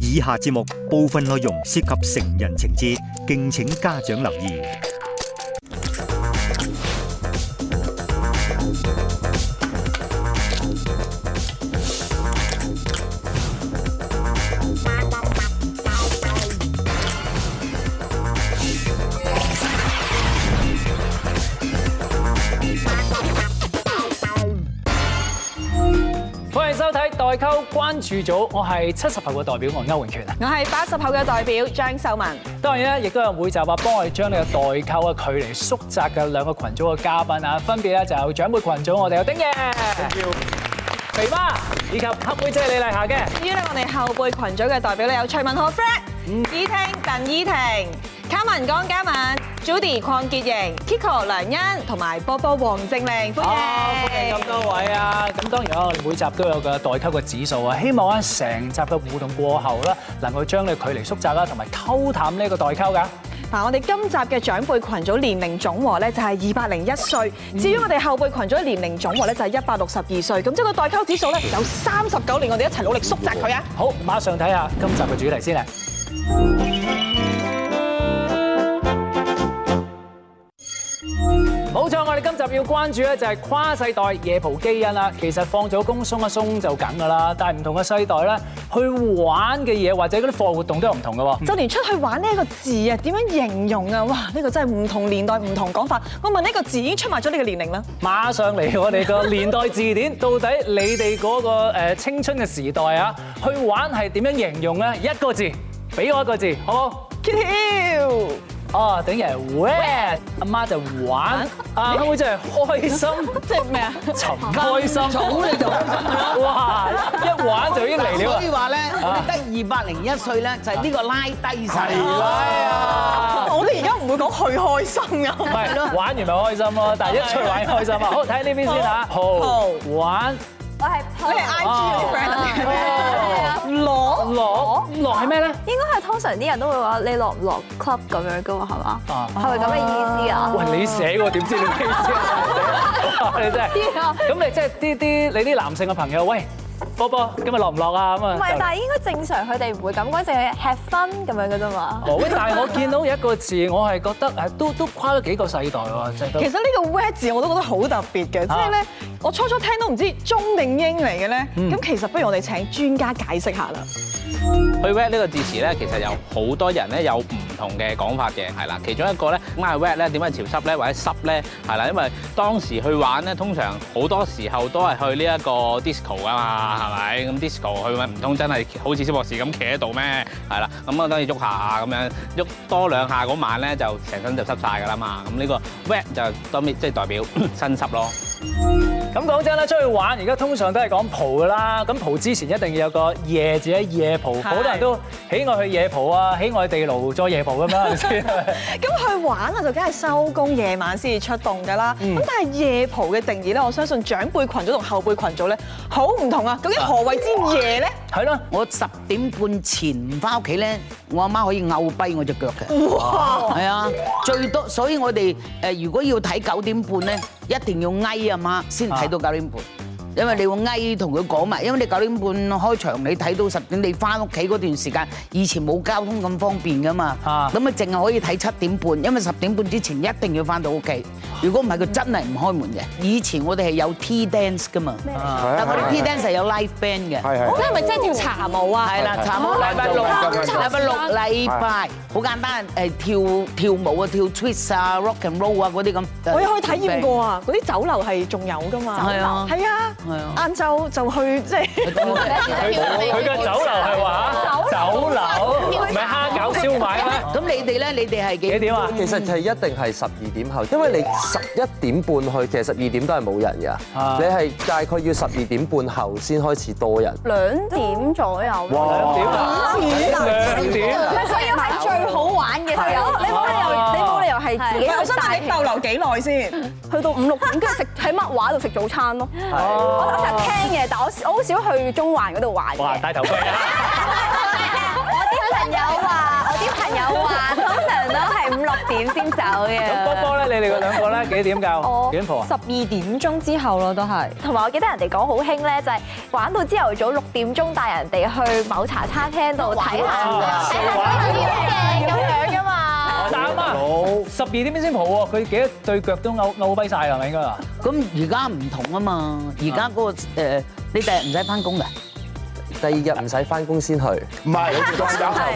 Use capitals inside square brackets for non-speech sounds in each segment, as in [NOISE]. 以下節目部分內容涉及成人情節，敬請家長留意。歡迎收睇代溝關注組，我係七十後嘅代表，我係歐榮權啊。我係八十後嘅代表張秀文，當然咧，亦都有每集啊，幫我哋將呢個代溝嘅距離縮窄嘅兩個群組嘅嘉賓啊，分別咧就有長輩群組，我哋有丁爺、肥媽以及黑妹姐李麗霞嘅。至於咧我哋後輩群組嘅代表咧有徐文浩 Fred、以嗯聽鄧依婷、卡文江嘉敏、Judy 鄺潔瑩、Kiko 梁欣同埋波波黃正玲，歡啊！歡迎咁迎！多位啊！咁當然啦，我哋每集都有個代溝嘅指數啊，希望咧成集嘅互動過後啦，能夠將呢個距離縮窄啦，同埋溝淡呢個代溝㗎。嗱，我哋今集嘅長輩群組年齡總和咧就係二百零一歲，嗯至於我哋後輩群組年齡總和咧就係一百六十二歲，咁即係個代溝指數咧有三十九年，我哋一齊努力縮窄佢啊！好，馬上睇下今集嘅主題先啊！冇錯，我哋今集要關注咧就係跨世代夜蒲基因啦。其實放咗工鬆一鬆就梗噶啦，但係唔同嘅世代咧，去玩嘅嘢或者嗰啲課外活動都有唔同嘅喎。就連出去玩呢一個字啊，點樣形容啊？哇！呢個真係唔同年代唔同講法。我問呢個字已經出賣咗你嘅年齡啦。馬上嚟我哋個年代字典，到底你哋嗰個呃青春嘅時代啊，去玩係點樣形容咧？一個字，俾我一個字，好冇？ Kill，哦，等於係 wet，阿媽就玩，阿妹真係開心，即係咩啊？尋開心，早你就開心㗎啦 [LAUGHS] 哇！一玩就已經嚟了所以話咧，我哋得二百零一歲咧，就係呢個拉低晒。哦係啊！我哋而家唔會講去開心唔啊。係玩完咪開心 [LAUGHS] 咯，但係一出玩開心啊！好睇下呢邊先嚇，好玩我係你係 Paul I G 嗰啲 friend 嚟嘅哦咩？攞落落係咩咧？啊應該係通常啲人都會話你落唔落 club 咁樣噶嘛，係嘛？啊係咪咁嘅意思啊？喂，你寫喎，點知你咩意思啊？哇你真係，咁你即係啲啲你啲男性嘅朋友，喂，波波，今日落唔落啊？咁啊，唔係，但係應該正常，佢哋唔會咁講，淨係吃分咁樣嘅啫嘛。哦喂，但係我見到有一個字，我係覺得誒都都跨咗幾個世代喎，即係都其實呢個 wet 字我都覺得好特別啊嘅，即係咧，我初初聽都唔知中定英嚟嘅咧。嗯咁其實不如我哋請專家解釋下啦。去 wet 呢個字詞咧，其實有好多人咧有唔同嘅講法嘅，係啦。其中一個咧，點解係 wet 咧？點解潮濕咧？或者濕咧？係啦，因為當時去玩咧，通常好多時候都係去呢一個 disco 噶嘛，係咪？咁 disco 去唔通真係好似蕭博士咁企喺度咩？係啦，咁啊當然喐下咁樣，喐多兩下嗰晚咧就成身就濕晒㗎啦嘛。咁呢個 wet 就當面即係代表 [COUGHS] 身濕咯。咁講真啦，出去玩而家通常都係講蒲噶啦，咁蒲之前一定要有個夜字喺夜蒲，好多人都喜愛去夜蒲啊，喜愛地牢再夜蒲咁啦，係咪先？咁去玩啊，就梗係收工夜晚先至出動㗎啦。咁、嗯但係夜蒲嘅定義咧，我相信長輩群組同後輩群組咧好唔同啊。究竟何謂之夜咧？係咯，我十點半前唔翻屋企咧，我阿媽可以摳跛我只腳嘅。係啊，最多，所以我哋誒如果要睇九點半咧，一定要翳阿媽先啊睇到九點半。因為你會翳同佢講埋，因為你九點半開場，你睇到十點，你翻屋企嗰段時間，以前冇交通咁方便噶嘛，咁啊啊淨係可以睇七點半，因為十點半之前一定要翻到屋企，啊如果唔係佢真係唔開門嘅。以前我哋係有 T dance 噶嘛，啊但我哋 T dance 啊係有 live band 嘅。你係咪真係跳茶舞啊？係啦，差唔多禮拜六、禮拜六、禮拜，好簡單，誒跳跳舞啊，跳 twist 啊、rock and roll 啊嗰啲咁。我有去體驗過啊！嗰啲酒樓係仲有㗎嘛？係啊係啊，係啊晏晝就去即係佢嘅酒樓係話酒樓，唔係蝦餃燒賣咩？啊咁你哋咧，你哋係幾幾點啊？其實係一定係十二點後，因為你十一點半去，其實十二點都係冇人㗎。啊你係大概要十二點半後先開始多人。兩點左右。兩點啊！兩點啊！佢要係最好玩嘅時候，你冇理由，啊你冇理由係自己我去想問你大逗留幾耐先？哦去到五六點，跟住食喺乜畫度食早餐咯。我我成日聽嘅，但我我好少去中環嗰度玩哇！嘅。戴頭盔啊！我啲朋友話，我啲朋友話，啊通常都係五六點先走咁波嘅。波咧，你哋嗰兩個咧幾點教？幾點蒲啊？二點鐘之後咯，都係。同埋我記得人哋講好興咧，就係玩到朝頭早六點鐘帶人哋去某茶餐廳度睇下，睇下啲嘢咁樣噶嘛。啱啊！十二點先蒲喎，佢幾多對腳都勾勾跛晒係咪應該啊？咁而家唔同啊嘛，而家嗰個誒你第日唔使翻工㗎，第二日唔使翻工先去，唔係，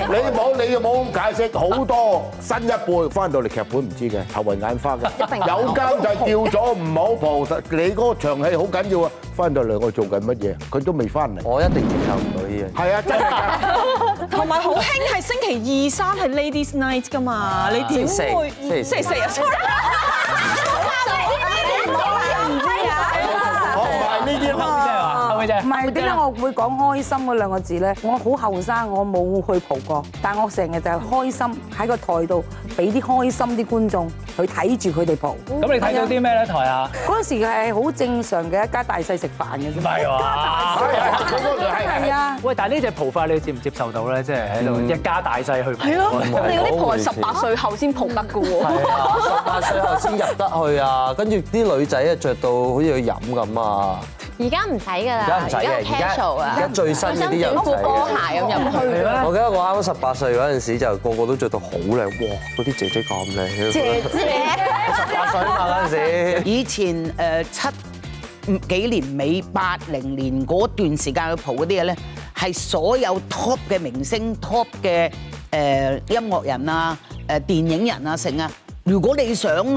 你冇你冇咁解釋，好多新一輩翻到嚟劇本唔知嘅，頭暈眼花嘅，有間就掉咗唔好蒲，你嗰個場戲好緊要啊！翻到嚟我做緊乜嘢，佢都未翻嚟。我一定接受唔到呢樣嘢。係啊，真係㗎。同埋好興係星期二三係 Ladies Night 㗎嘛，你點啊星期會四星期四星期四啊？sorry， [LAUGHS] 我唔係呢啲後尾嘛。真係話，後尾真唔係。係點解我會講開心嗰兩個字咧？我好後生，我冇去蒲過，但我成日就係開心喺個台度俾啲開心啲觀眾去睇住佢哋蒲。咁你睇到啲咩咧台下？嗰陣時係好正常嘅一家大細食飯嘅唔啫。係話。係係係，嗰個係係係啊，喂，但係呢只蒲法你接唔接受到咧？即係喺嗯度一家大細去蒲。係咯我哋嗰啲蒲係18歲後先蒲得㗎喎。係啊，十八歲後先入得去啊，跟住啲女仔啊着到好似去飲咁啊，而家唔使而㗎家唔使嘅，而啊家而家最新嗰啲人唔使嘅。鞋咁入去。咩？我記得我啱啱十八歲嗰陣時，就個個都着到好靚，哇！嗰啲姐姐咁靚，姐姐十八歲啊嘛嗰陣時，以前誒七五幾年尾八零年嗰段時間去蒲嗰啲嘢咧，係所有 top 嘅明星、top 嘅誒音樂人啊、誒電影人啊成啊。如果你想去入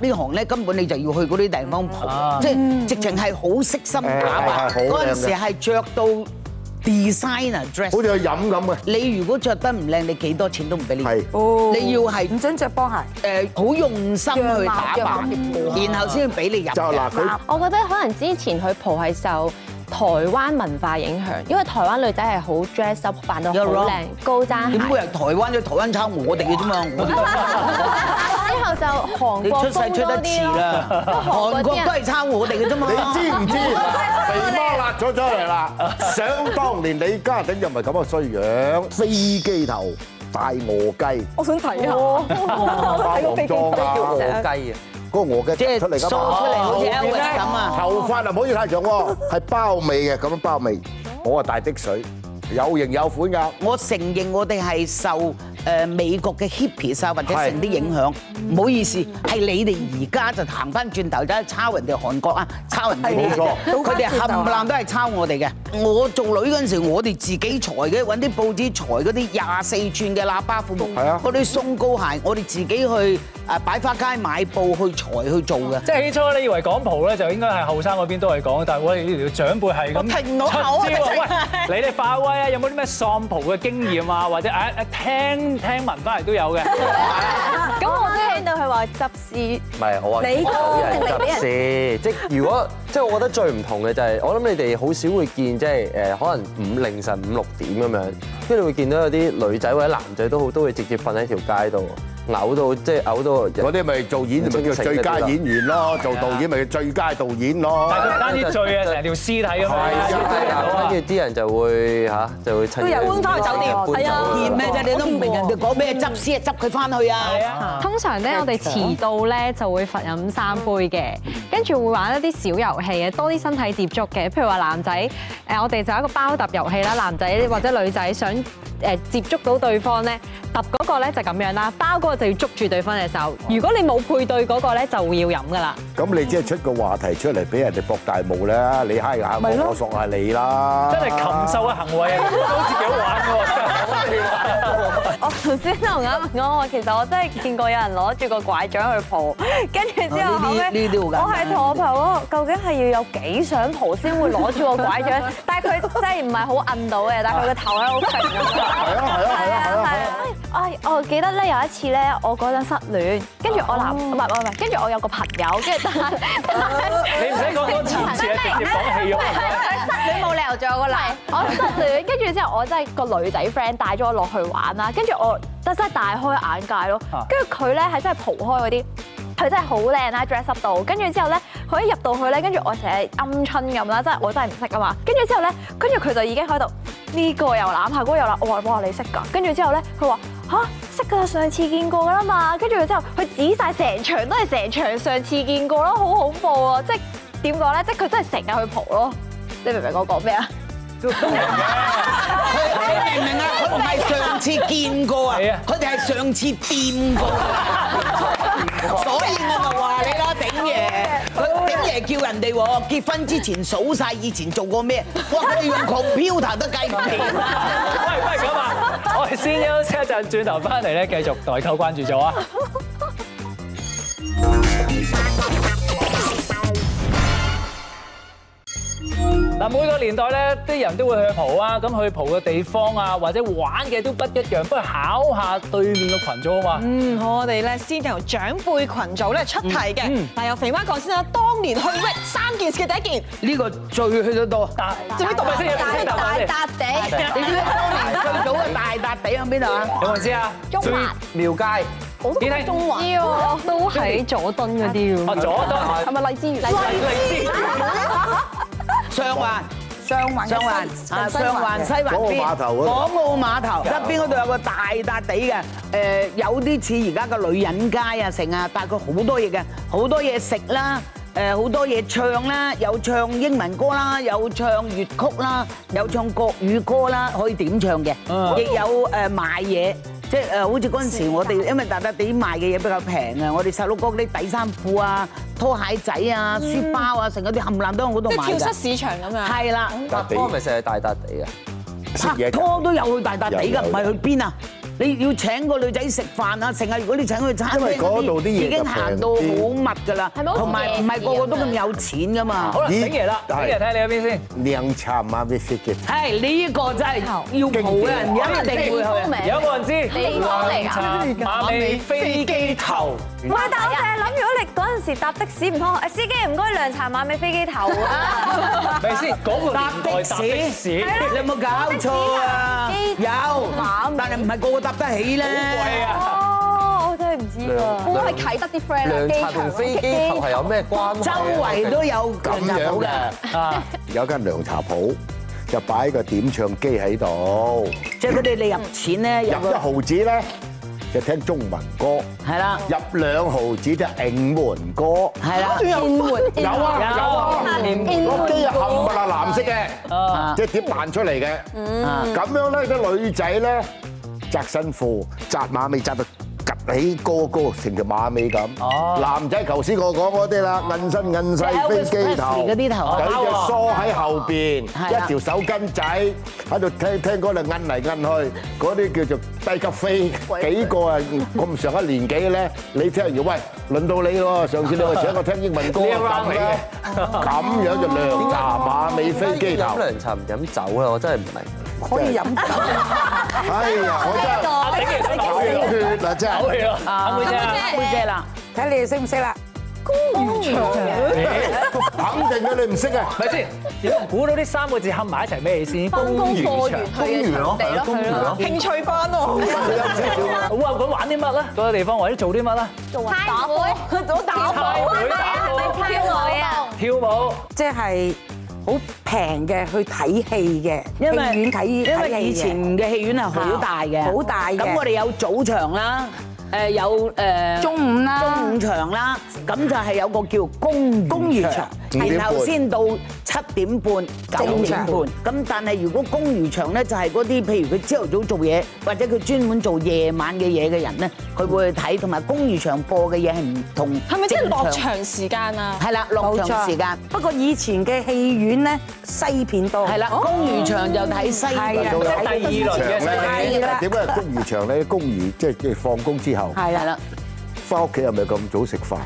呢行咧，根本你就要去嗰啲地方蒲，即係直情係好悉心打扮。係係係好嗰靚嘅陣時係着到 designer 好 dress。似去飲咁嘅。你如果着得唔靚，你幾多錢都唔俾你。係哦你要係唔准着波鞋，誒好用心去打樣扮，然後先俾你入嘅。就嗱佢我覺得可能之前去蒲係受台灣文化影響，因為台灣女仔係好 dress up，扮到好 You're wrong 靚，高踭點會鞋。係台灣啫？台灣抄我哋嘅啫嘛，我哋都之後就韓你國出世風出多得遲啲咯，啦，韓韓國國啲人都係抄我哋嘅啫嘛。你知唔知？肥媽辣咗出嚟啦！想當年李嘉誠又唔係咁嘅衰樣，飛機頭大鵝雞，我想睇下，我睇個飛機化叫妝飛我機雞啊！嗰個鵝嘅即係出嚟㗎梳出嚟嘛好似 Elvis 咁啊！頭髮啊唔可以太長喎，係包尾嘅咁樣包尾。我啊大滴水，有型有款㗎。我承認我哋係受誒美國嘅 hippies 啊，或者成啲影響。唔好意思，係你哋而家就行翻轉頭，走去抄人哋韓國啊，抄人哋啲冇錯佢哋冚啊唪唥都係抄我哋嘅。我做女嗰陣時，我哋自己裁嘅，揾啲報紙裁嗰啲廿四寸嘅喇叭褲，係啊嗰啲鬆高鞋，我哋自己去誒擺花街買布去裁去做嘅。即係起初你以為講蒲咧就應該係後生嗰邊都係講，但係我哋呢條長輩係咁我停唔到口啊出招喂，你哋發威啊，有冇啲咩喪蒲嘅經驗啊？或者誒誒聽聽聞翻嚟都有 [LAUGHS] 嘅。咁我都聽到佢話執事。唔係啊我話你都人執事，即係如果即係我覺得最唔同嘅就係，我諗你哋好少會見即係誒，可能五凌晨五六點咁樣，跟住你會見到有啲女仔或者男仔都好都會直接瞓喺條街度，嘔到即係嘔到人嗰啲咪做演咪叫最佳演員啊咯，做導演咪叫最佳導演咯。但係佢唔單止醉啊，成條屍體咁啊樣。跟住啲人就會嚇，就會趁都有搬返去酒店搬係啊走咩啫？你都唔明人哋講咩執屍啊，執佢翻去啊！係啊，通常咧，我哋遲到咧就會罰飲三杯嘅，跟住會玩一啲小遊戲嘅，多啲身體接觸嘅。譬如話男仔，誒我哋就有一個包揼遊戲啦，男仔或者女仔想誒接觸到對方咧，揼嗰個咧就咁樣啦，包嗰個就要捉住對方隻手。如果你冇配對嗰個咧，就會要飲噶啦。咁你即係出個話題出嚟俾人哋博大霧啦，你嗨下我，我索下你啦。真係禽獸嘅行為啊，都自己好玩喎。我頭先同啱啱講，我其實我真係見過有人攞住個拐杖去蒲，跟住之後後呢啲呢啲好簡尾單我係同我朋友講，究竟係要有幾想蒲先會攞住個 [LAUGHS] 拐杖？但係佢真係唔係好摁到嘅，但係佢個頭喺度揈咁樣。係啊係啊係啊係啊係啊！唉，我記得咧有一次咧，我嗰陣失戀，跟住我男唔係唔係唔係，跟住我有個朋友，跟住但 [LAUGHS] [LAUGHS] 你唔使講多前次啊，直接講戲肉。我失戀，跟住之後我真係個女仔 friend 帶咗我落去玩啦，跟住我真真係大開眼界咯啊。跟住佢咧係真係蒲開嗰啲，佢真係好靚啦，dress up 到。跟住之後咧，佢一入到去咧，跟住我成日鵪鶉咁啦，真係我真係唔識噶嘛。跟住之後咧，跟住佢就已經喺度呢個又攬下，嗰個又攬。我話哇你識㗎？跟住之後咧，佢話吓，識㗎，上次見過㗎啦嘛。跟住之後佢指晒成場都係成場上次見過咯，好恐怖啊！即係點講咧？即係佢真係成日去蒲咯。你明唔明我講咩啊？佢你明唔明啊？佢唔係上次見過啊係啊，佢哋係上次掂過啊。所以我咪話你咯，鼎爺，佢鼎爺叫人哋喎結婚之前數晒以前做過咩，哇！佢哋用 computer 都計唔掂。喂，不如咁啊！我哋先休息一陣，轉頭翻嚟咧，繼續代溝關注咗啊！嗱，每個年代咧，啲人都會去蒲啊，咁去蒲嘅地方啊，或者玩嘅都不一樣，不如考下對面嘅群組啊嘛。嗯，我哋咧先由長輩群組咧出題嘅，但由肥媽講先啦。當年去 w 三件事嘅第一件，呢個最去得多。答，做咩讀咪先？大先答埋先。你知唔知當年最早嘅大笪地喺邊度啊？有冇人知啊？中環廟街幾聽？中環都喺佐敦嗰啲喎 À, 啊，左多。係咪荔枝園？上環。上環嘅上環西啊，西上環西環港澳邊碼頭啊嗰度港澳碼頭側邊嗰度有個大笪地嘅，誒有啲似而家個女人街啊，成啊，但係佢好多嘢嘅，好多嘢食啦。誒好多嘢唱啦，有唱英文歌啦，有唱粵曲啦，有唱國語歌啦，可以點唱嘅，啊亦有誒賣嘢，即係誒好似嗰陣時我哋因為大笪地賣嘅嘢比較平啊，我哋細佬哥嗰啲底衫褲啊、拖鞋仔啊、書包啊，成嗰啲冚唪唥都喺嗰度嗯即買係跳蚤㗎，市場咁樣。係啦。搭波咪成日大笪地啊！拍拖都有去大笪地㗎，唔係去邊啊？你要請個女仔食飯啊，成日如果你請佢餐因為廳嗰嗰度啲嘢已經行到好密㗎啦，咪好似同埋唔係個個都咁有錢㗎嘛好。啦，咦鼎爺啦，鼎係爺睇你喺邊先。涼茶媽咪食嘅，係呢個真係要抱嘅人一定會去。有冇人知？你講嚟㗎馬尾飛機頭。唔係，但我淨係諗，如果你嗰陣時搭的士唔通，誒司機唔該涼茶馬尾飛機頭啊！咪先？嗰個搭年代的搭士，的士。你有冇搞錯啊？機有，但係唔係個個搭得起咧。貴啊！哦，我真係唔知㗎，我係啟德啲 friend 啊，涼機茶場同飛機頭係有咩關係啊？周圍都有咁人入樣到嘅。嘅。有間涼茶鋪就擺個點唱機喺度，即係佢哋你入錢咧，有入一個毫子咧就聽中文歌，係啦，入兩毫子就英文歌。係啦。有啊有啊，個機啊冚唪唥藍色啊嘅，即係碟扮出嚟嘅。咁樣咧，啲女仔咧紮新褲，紮馬尾紮到趌起高高，成條馬尾咁。男仔頭先我講嗰啲啦，韌身韌細飛機頭，嗰啲頭有隻梳喺後邊，係啦一條手巾仔喺度聽聽歌，度摁嚟摁去，嗰啲叫做低級飛。幾個啊咁上一年紀咧，你聽完喂，輪到你喎，上次你話請我聽英文歌呢一啊 round 咁咧，咁樣就涼茶馬尾飛機頭飲。涼茶唔飲酒啊啦，我真係唔明。可以飲酒。哎呀，我阿鼎爺想真嘔係流血咯，血啦，真嘔係。血咯，阿妹姐。杯姐啦，睇你哋識唔識啦？肯定嘅你唔識啊！咪先，如果估到呢三個字合埋一齊咩意思？翻工貨源去嘅場地咯，係咯，興趣班喎，好啊，咁玩啲乜咧？嗰個地方或者做啲乜咧？打波，做打派會打波、跳女啊！跳舞。即係好平嘅去睇戲嘅，因戲為院睇因為睇戲以嘅前嘅戲院係好大嘅，好大嘅咁我哋有早場啦，誒有誒中午啦中午場啦，咁就係有個叫公公餘場，五點然半後先到七點半九正點常半。咁但係如果公餘場咧，就係嗰啲譬如佢朝頭早做嘢，或者佢專門做夜晚嘅嘢嘅人咧，佢會去睇，同埋公餘場播嘅嘢係唔同。係咪即係落正常？場時間啊？係啦，落冇場錯時間。不過以前嘅戲院咧，西片多。係啦，公餘場就睇西係啊仲有第二輪嘅咧，係啦點解公餘場咧？公餘即係即係放工之後，係啦。翻屋企係咪咁早食飯？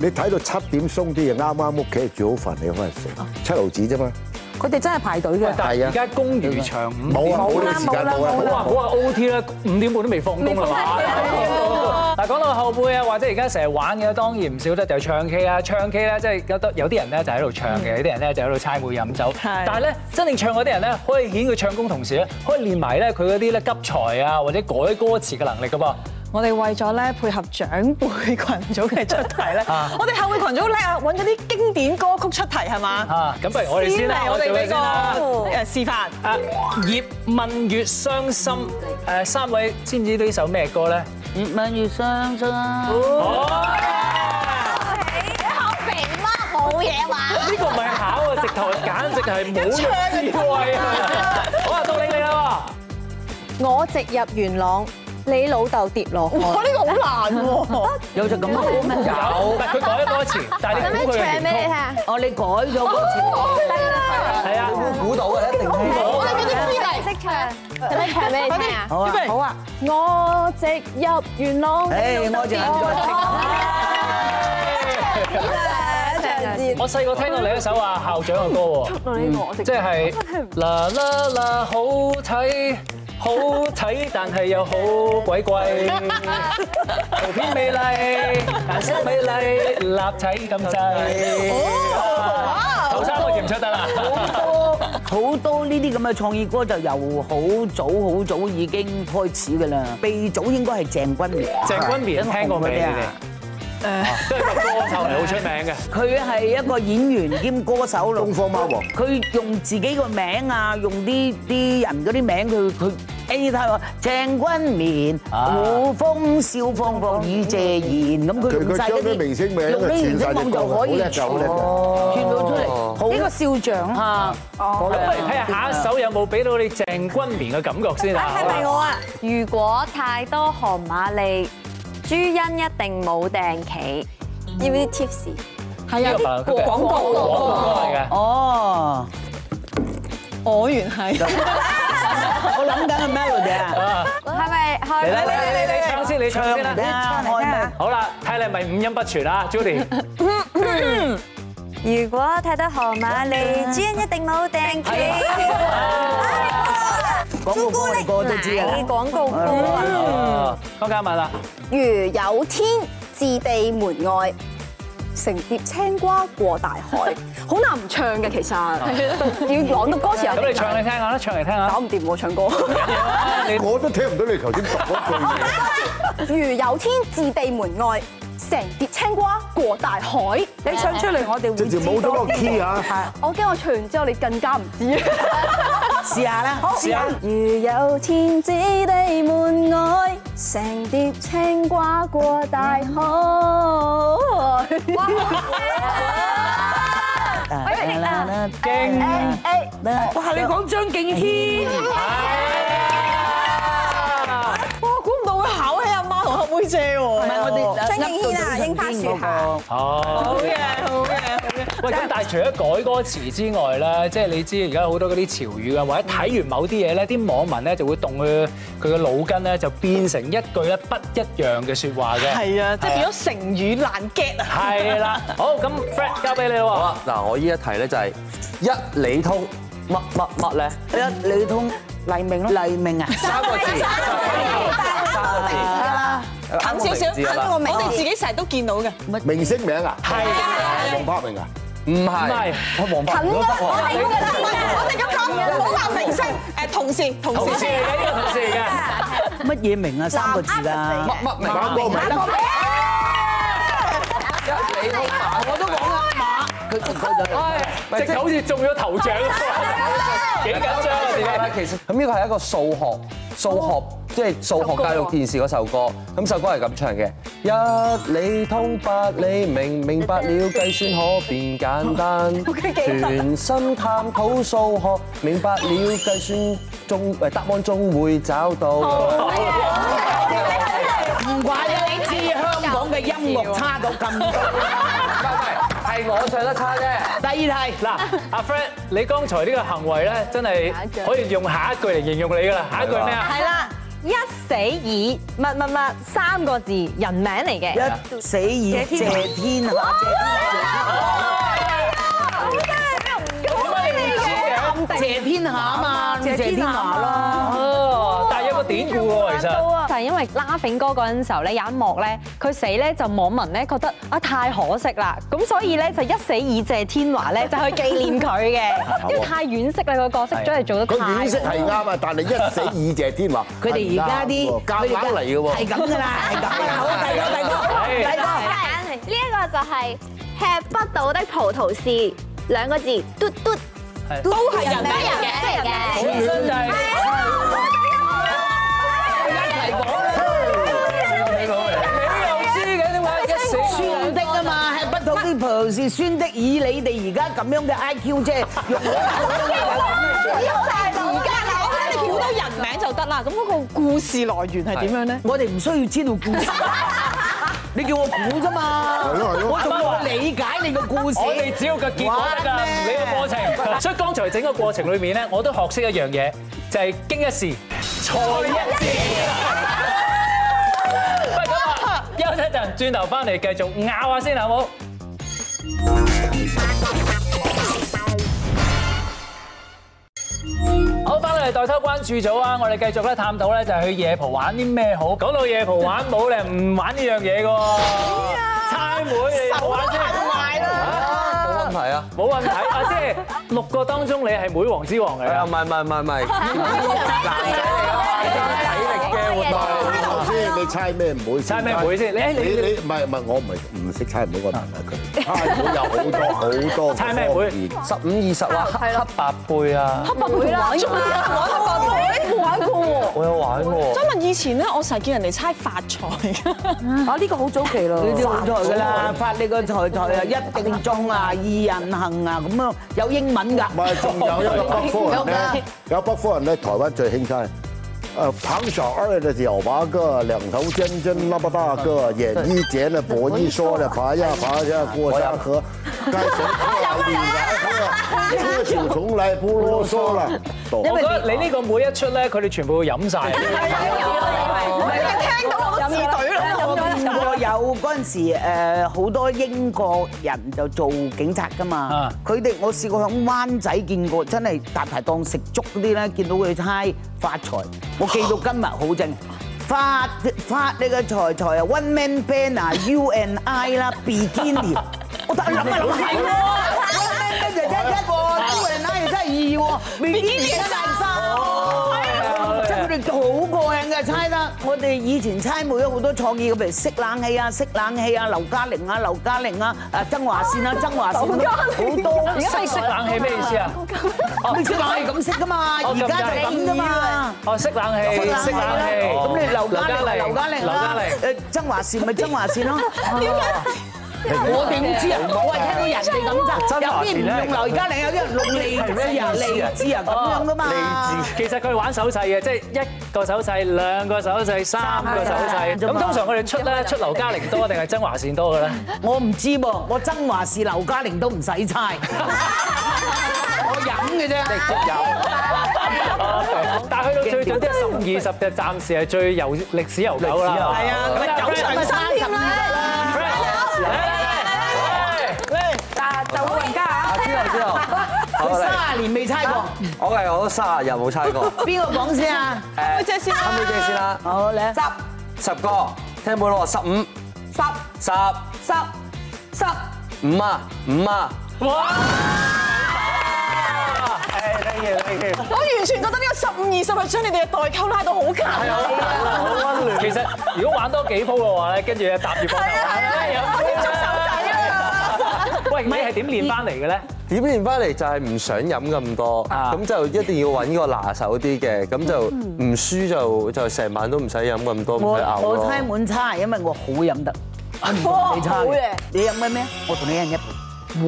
你睇到七點鬆啲嘢，啱啱屋企煮好飯，你翻嚟食，七毫子啫嘛。佢哋真係排隊嘅。但係係啊而家公餘場五冇啊，冇冇呢啦個時間冇啦冇啦冇好啦話好話 O T 啦，五點半都未放工 [LAUGHS] 啦嘛。嗱，講到後輩啊，或者而家成日玩嘅，當然唔少得就係唱 K 啊。唱 K 咧，即係有得有啲人咧就喺度唱嘅，有啲人咧就喺度猜會飲酒。但係咧，真正唱嗰啲人咧，可以顯佢唱功同時咧，可以練埋咧佢嗰啲咧急才啊，或者改歌詞嘅能力噶噃。我哋為咗咧配合長輩群組嘅出題咧，我哋後輩群組叻啊，揾咗啲經典歌曲出題係嘛？啊，咁不如我哋先啦，嚟我哋做俾先啦。個誒示範。啊，葉問月傷心，誒三位知唔知呢首咩歌咧？越問越傷心啊！呢個唔係考啊，直頭簡直係冇用智慧啊！好啊，到你你啦我直入元朗，你老豆跌落哇！海。呢個好難喎，有隻咁嘅歌咩喎，？有，但係佢改咗歌詞，但係你估佢嘅原曲哦，你改咗嗰個詞係啊，估到嘅一定係我哋嗰啲好難。好啊，好啊。我直入元朗，誒，我就我細個聽過你一首啊校長嘅歌喎，即係啦啦啦好睇。好睇，但係又好鬼貴。圖片美麗，顏色美麗，立體咁滯。頭三個認唔出得啦。好多好多呢啲咁嘅創意歌就由好早好早已經開始㗎啦。鼻祖應該係鄭君綿，鄭君綿聽過未？你因為紅嗰啲哋啊？都係個歌手嚟，好出名嘅。 [LAUGHS] 佢係一個演員兼歌手咯。東方貓王佢用自己個名啊，用啲啲人嗰啲名，佢佢 A 睇話鄭君綿、啊胡風、少風、放以謝賢，咁佢佢用佢晒將嗰啲啲明星名用啲全明晒啲星名歌就可以好叻㗎好叻㗎傳到出嚟，好呢個笑像啊，啊！咁不如睇下下一首有冇俾到你鄭君綿嘅感覺先啊！係咪我啊？如果太多韓馬利，朱茵一定冇訂期。要唔要 tips？係啊，啲廣廣告告嚟嘅。哦，我原 [LAUGHS] 係。我諗緊個 melody 啊，係咪嚟開啦嚟啦嚟啦，你唱先，你唱先唱唔得啦。啊，開咩？好啦，睇你係咪五音不全啊，Judy。如果睇得河馬嗯利，朱茵一定冇訂啊期。啊講個歌嚟歌都知啊。廣告歌啊！哦，江嘉敏啦，如有天自地門外，成碟青瓜過大海。好難唔唱嘅其實，要講到歌詞咁有你唱嚟聽下啦，唱嚟聽下。搞唔掂我唱歌。你我都聽唔到你頭先讀嗰句嘢。如有天自地門外，成碟青瓜過大海。你唱出嚟我哋會直知情冇咗個 key 啊！我驚我唱完之後你更加唔知。試下啦，試下。如有天子地門外，成碟青瓜過大海。勁。哇！你講張敬軒，哇！估唔到會考起阿媽同黑妹姐喎。唔係我哋張敬軒啊櫻花樹下哦好。嘅，好嘅。喂，咁但係除咗改歌詞之外咧，即係你知而家好多嗰啲潮語啊，或者睇完某啲嘢咧，啲網民咧就會動佢佢嘅腦筋咧，就變成一句咧不一樣嘅説話嘅。係啊，即係變咗成語難 get 啊！係啦，好咁，Fred 交俾你好啦啦，嗱，我依一題咧就係一理通乜乜乜咧，一李通黎明咯，黎明啊，三個字，三個字，近少少，啱啱我我哋自己成日都見到嘅。明星名啊，喎。係。黃柏明啊，唔唔係係，我黃近啦，我哋嗰個我哋咁講，唔好話明星，誒同事，同同事事。嚟嘅，呢個同事嚟嘅。乜嘢明啊？三個字啊，乜乜明，馬國明一理通馬我都講啊馬，佢佢就唉，直頭好似中咗頭獎喎，幾緊張啊！點解？其實咁呢個係一個數學數學，即係數學教育電視嗰首歌。咁首歌係咁唱嘅：一理通百理明，明白了計算可變簡單。 [LAUGHS] 全心探討數學，明白了計算終誒答案終會找到。唔怪得你知香港嘅音樂差到咁多。係我唱得差啫。第二題嗱，阿 Fred，你剛才呢個行為咧，真係可以用下一句嚟形容你噶啦。下一句咩啊？係啦，一死二乜乜乜三個字人名嚟嘅。一死二謝天下，謝天下。點解你唔知嘅？謝天下啊嘛，謝天下啦。哦，但係有個典故喎，其實。就係因為 Laughing 哥嗰陣時候咧，有一幕咧，佢死咧就網民咧覺得啊太可惜啦，咁所以咧就一死以謝天 [LAUGHS] 華咧就去紀念佢嘅，因為太惋惜啦個角色真係做得佢太好。惋惜係啱啊，但係一死以謝天華。佢哋而家啲夾硬嚟嘅喎，係咁㗎啦，係咁㗎啦。係呢一個就係吃不到的葡萄是兩個字，嘟嘟都係人都係人嘅，都係人嘅。真係 [LAUGHS] 你又知嘅點解一死酸的啊嘛，吃不到啲葡是酸的，以你哋而家咁樣嘅 IQ 啫，用估到人名就得啦。咁嗰個故事來源係點樣咧？我哋唔需要知道故 [LAUGHS] 事。你叫我估啫嘛，我仲要理解你個故事。我哋只要個結果得㗎，唔理個過程。所以剛才整個過程裏面咧，我都學識一樣嘢，就係經一事，錯一智。喂，咁啊，休息一陣，轉頭翻嚟繼續拗下先，好冇？好，翻嚟代偷關注組啊！我哋繼續咧探討咧，就係去夜蒲玩啲咩好。講到夜蒲玩冇咧，唔玩呢樣嘢嘅喎。啊猜妹，你有冇玩先？冇問題啊！冇問題啊！即係六個當中，你係妹王之王嚟係啊，㗎唔。係唔係唔係唔係，男仔嚟啊嘛，有體力嘅活動。頭先你猜咩妹先？猜咩妹先你你你你唔係唔係，我唔係唔識猜妹，我問下佢。猜妹有好多好多嘅猜咩妹方言十五二十啊，黑黑白配啊，會啦，中文玩黑白配，冇玩過喎。我有玩喎。想問以前咧，我成日見人哋猜發財嘅， [LAUGHS] 啊呢個好早期咯你。啲好台㗎啦，發你個台台啊，一定中啊，二人行啊，咁啊有英文㗎唔。係，仲有一 [LAUGHS] 個北方人咧，有北方人咧，台灣最興猜。呃，龐小二的腳八個，兩頭尖尖那麼大個，眼一斜的，脖一縮的，爬呀爬呀過山河，該誰喝你來喝，喝酒從來不囉 [LAUGHS] 嗦了。懂我覺得你呢個每一出咧，佢哋全部會 [LAUGHS] 飲晒。聽到我自隊我見過有嗰陣時誒好多英國人就做警察㗎嘛啊，佢哋我試過響灣仔見過，真係大排檔食粥嗰啲咧，見到佢猜發財，我記到今日好正。發發你個財財啊，One Man Band 啊，You and I 啦，Bikini，我但係諗下諗下係喎，One Man Band 就一一個，You and I 就真係二喎，Bikini 就係三，即係佢哋好過癮嘅猜得。我哋以前猜妹有好多創意嘅，譬如熄冷氣啊、熄冷氣啊、劉嘉玲啊、劉嘉玲啊、啊曾華倩啊、曾華倩咁好多。而家熄冷氣咩意思啊？你熄冷氣咁熄噶嘛，Ờ, 而家就係咁噶嘛。哦，熄冷氣，熄咁冷氣。你劉嘉玲、劉嘉玲劉嘉啦玲，誒曾華倩咪曾華倩咯。Ờ. 我點知啊？我係聽到人哋咁咋，有啲唔用劉嘉玲，有啲人用利枝啊、利枝啊咁樣噶嘛。其實佢哋玩手勢嘅，即係一個手勢、兩個手勢、三個手勢。咁通常佢哋出咧出劉嘉玲多定係曾華倩多嘅咧？我唔知噃，我曾華是劉嘉玲都唔使猜，我飲嘅啫。 [LAUGHS] 但係去到最準即係十五二十嘅，暫時係最悠歷史悠久啦。係啊，有上三十啦，但就老人家啊，知道知道，好佢嚟，三十年未猜過，我係我都卅日冇猜過。邊個講先啊？誒，隻先啦啱呢隻先啦，好咧，十個，聽妹咯，十五，十，十，十，十，五啊，五啊，哇！誒，thank you，thank you。我完全覺得呢個十五二十係將你哋嘅代溝拉到好近啊！其實如果玩多幾鋪嘅話咧，跟住咧搭住個頭玩咧，有手 [LAUGHS] 喂，你係點練翻嚟嘅咧？點練翻嚟就係唔想飲咁多，啊咁就一定要揾個拿手啲嘅，咁就唔輸就就成晚都唔使飲咁多，我唔使拗我咯猜滿猜，因為我好飲得，我唔同你猜好嘅嘢。你飲嘅咩？我同你一人一杯。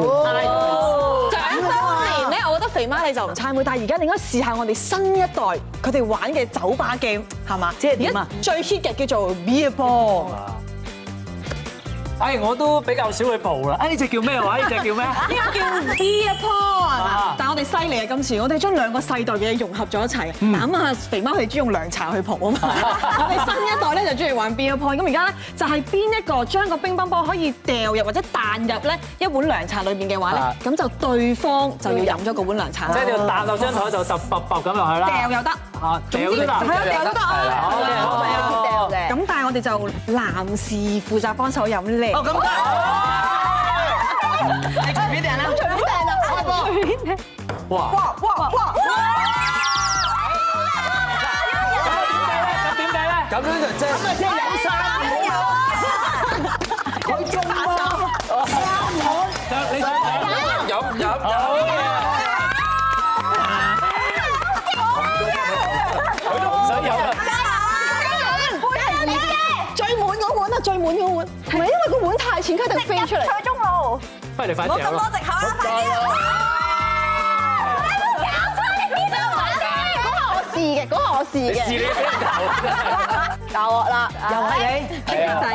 哦想當年咧，我覺得肥媽你就唔猜妹，但係而家你應該試下我哋新一代佢哋玩嘅酒吧 game 係嘛？即係點啊而家最 hit 嘅叫做 beer ball。哎，我都比較少去蒲啦。哎，呢只叫咩話？呢只叫咩？呢個叫 Dear Paul 啊但我哋犀利啊！今次我哋將兩個世代嘅嘢融合咗一齊。嗯咁啊，肥媽佢哋中意用涼茶去蒲 [LAUGHS] 啊嘛，我哋新一代咧就中意玩 Dear Paul。咁而家咧就係邊一個將個乒乓波可以掉入或者彈入咧一碗涼茶裏邊嘅話咧啊，咁就對方就要飲咗嗰碗涼茶啦。即係你要搭落張台就揼揼揼咁落去啦。掉又得，啊，掉都得。係啊，掉都得啊。好嘅好嘅好嘅咁但係我哋就男士負責幫手飲咧。哦，咁得，你隨便掟啦，隨便掟啦，開波。哇！咁點計咧？咁樣就即係即係飲晒佢中喎，就你想掟飲飲飲，佢都唔想有啊！最滿嗰碗啊，最滿嗰碗，唔係因為個碗太淺，佢一定飛出嚟。不如你快掟啦！又係你，你試你掟頭，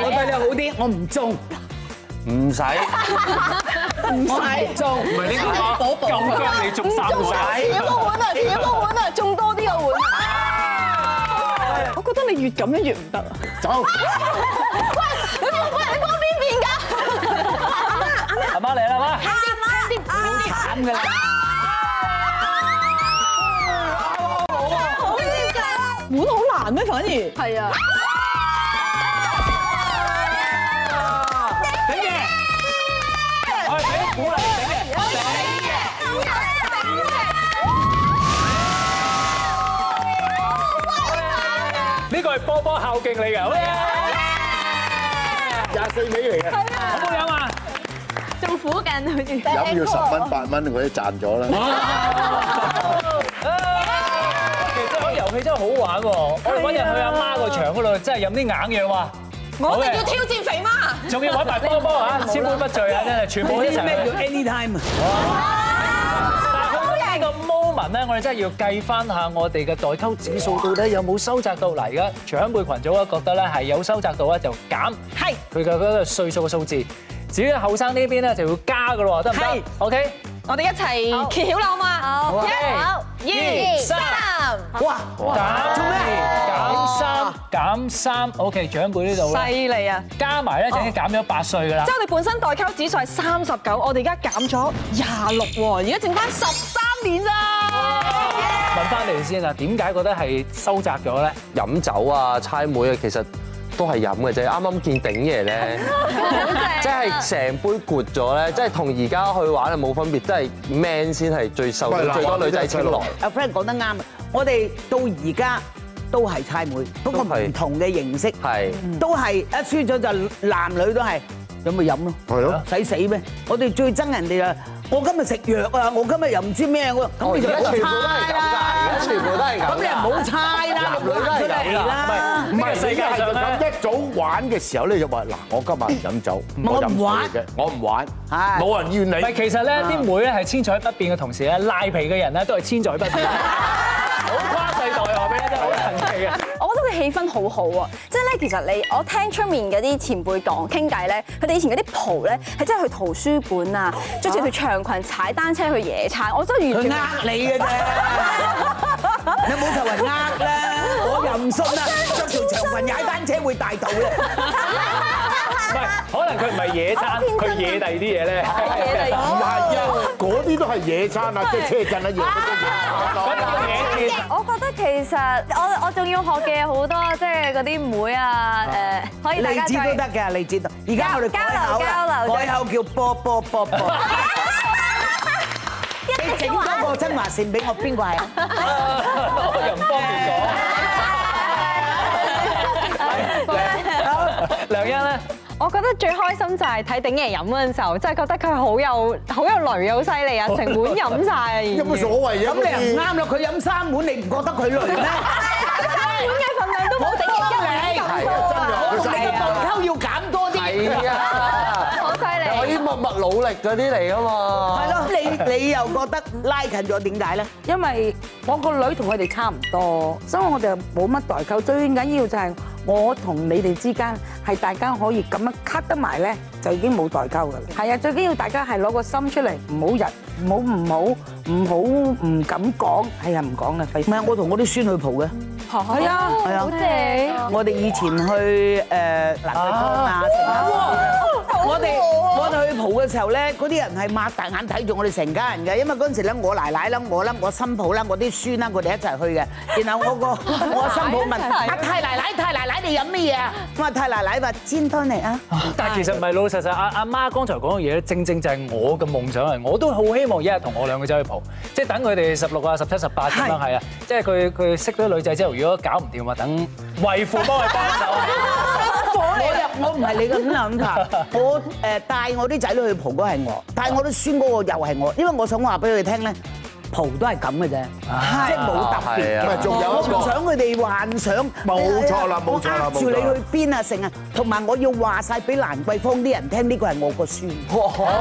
我對你好啲，我唔中，唔使唔使中，唔係呢個寶寶咁姜你捉三個唔仔。我覺得你越咁樣越唔得啊！走。阿媽嚟啦，阿媽。慘㗎啦。碗好難咩？反而頂嘅，我係哎俾啊鼓勵頂嘅，呢個係波波孝敬你嘅，好嘢，Dạ, 廿四尾嚟嘅，好冇飲啊！仲苦緊好似。飲要十蚊八蚊我都賺咗啦。其實呢個遊戲真係好玩喎，我哋揾日去阿媽個場嗰度，真係飲啲硬嘢喎。我好哋嘅要挑戰肥媽，仲要玩埋波波 [LAUGHS] 啊，千杯不醉啊，真係全部一齊。叫 anytime 啊？但係佢呢個 moment 咧，我哋真係要計翻下我哋嘅代溝指數到底有冇收窄到嚟而家長輩群組咧覺得咧係有收窄到咧就減，係佢嘅嗰個歲數嘅數字。至於後生呢邊咧就要加嘅咯喎，得唔係得？OK，我哋一齊揭曉啦，好嘛？好一、二二、三三，哇！減做咩？減三，減三，OK，長輩呢度咧犀利啊！加埋咧就已經減咗八歲㗎啦即係。我哋本身代溝指數係三十九，我哋而家減咗廿六喎，而家剩翻十三年咋。問翻你哋先啊，點解覺得係收窄咗咧？飲酒啊、猜妹啊，其實都係飲嘅啫。啱啱見頂爺咧， [LAUGHS] 即係成杯攰咗咧，即係同而家去玩係冇分別，即係 man 先係最受喂嗱到最多女仔青睞。阿 Frank 講得啱啊！我哋到而家都係猜妹，不過都係唔同嘅形式，係都係一輸咗就男女都係，咁咪飲咯。係咯。使死咩？我哋最憎人哋啊！我今日食藥啊！我今日又唔知咩喎，咁你就而家唔全部都好係猜咁㗎，而啦家。全部都係咁㗎。咁你又唔好猜啦，男女都係咁㗎啦。唔唔係係世界上就咧，咁一早玩嘅時候咧，就話嗱，我今日唔飲酒，我唔玩飲水嘅，我唔玩，係冇人要唔係你。其實咧，啲妹咧係千載不變嘅同時咧，拉皮嘅人咧都係千載不變，好跨世代話哎俾你聽，好神奇嘅。我覺得個氣氛好好啊！即係咧，其實你我聽出面嗰啲前輩講傾偈咧，佢哋以前嗰啲蒲咧係真係去圖書館啊，着住條長裙踩單車去野餐，我真係完佢全呃你嘅啫，你冇求人呃啦，我又唔信啦，着條長裙踩單車會大肚咧，唔係，可能佢唔係野餐，佢野第二啲嘢咧。唔係啊，嗰啲都係野餐啊，即係車震啊，嗰啲叫要野戰。我覺得其實我我仲要學嘅好多，即係嗰啲妹啊誒，可以大你家知 [LAUGHS] 都得再㗎，你知道。而家我哋改口交啦，流交流改口叫波波波波。你整多個曾華倩俾我，邊個係啊？我又唔方便講。梁欣咧，我覺得最開心就係睇鼎爺飲嗰陣時候，真係覺得佢好有好有雷，好犀利 [LAUGHS] 啊！成碗飲晒啊，已經有冇所謂啊？咁你又唔啱咯，佢飲三碗，你唔覺得佢 [LAUGHS] 累咩？三碗嘅份量都冇鼎爺一碗咁多啊！我同你個代溝要減多啲。係啊，好犀利我啲默默努力嗰啲嚟㗎嘛。係咯，你你又覺得拉近咗點解咧？因為我個女同佢哋差唔多，所以我哋冇乜代溝。最緊要就係我同你哋之間係大家可以咁樣 cut 得埋咧，就已經冇代溝㗎啦。係啊，最緊要大家係攞個心出嚟，唔好人，唔好唔好唔好唔敢講，係啊，唔講啦，費事。唔係，我同我啲孫去蒲嘅。係啊，係啊，我哋以前去誒蘭桂坊啊，成啊我哋我哋去蒲嘅時候咧，嗰啲人係擘大眼睇住我哋成家人嘅，因為嗰陣時咧，我奶奶啦，我啦，我新抱啦，我啲孫啦，我哋一齊去嘅。然後我個我新抱問：阿太奶奶，太奶奶你飲乜嘢啊？我話太奶奶話煎湯嚟啊！但係其實唔係老老實實，阿阿媽剛才講嘅嘢咧，正正就係我嘅夢想嚟，我都好希望一日同我兩個仔去蒲，即係等佢哋十六啊、十七、十八咁樣係啊，即係佢佢識到女仔之後，如果搞唔掂啊，等為父幫佢幫手啊。我又我唔係你咁諗㗎，我誒帶我啲仔女去蒲嗰係我，帶我啲孫嗰個又係我，因為我想話俾佢哋聽咧，蒲都係咁嘅啫，Ờ, 即係冇特別係啊嘅。仲有一個我唔想佢哋幻想。冇錯啦我冇錯啦呃住冇你錯啦去邊啊成啊，同埋我要話晒俾蘭桂坊啲人聽，呢個係我個孫。Ờ.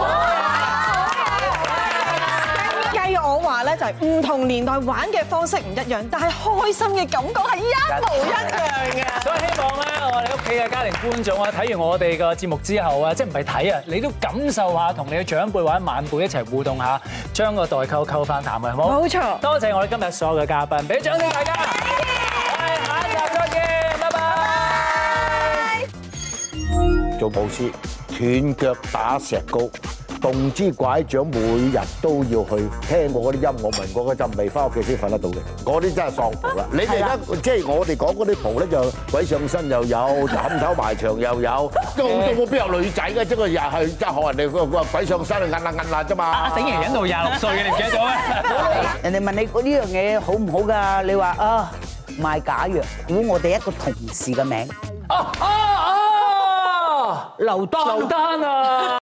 計我話咧就係唔同年代玩嘅方式唔一樣，但係開心嘅感覺係一模一樣嘅。所以希望咧，我哋屋企嘅家庭觀眾啊，睇完我哋個節目之後啊，即係唔係睇啊，你都感受下同你嘅長輩或者晚輩一齊互動下，將個代溝溝翻淡嘅，好冇？冇錯多謝我哋今日所有嘅嘉賓，俾掌聲大家。我哋下一集再見，拜拜。做武師，斷腳打石膏，動之拐杖，每日都要去聽我嗰啲音，我聞過嗰陣味，翻屋企先瞓得到嘅。嗰啲真係喪蒲啦！你哋而家即係我哋講嗰啲蒲咧，就鬼上身又有，冚頭埋牆又有，到到我邊有女仔嘅？即係又係即係學人哋個個鬼上身去摁下摁下啫嘛。頂人忍到廿六歲嘅，你唔記得咗咩？人哋問你嗰呢樣嘢好唔好㗎？你話啊賣假藥，估我哋一個同事嘅名。哦哦哦，劉丹。劉丹啊！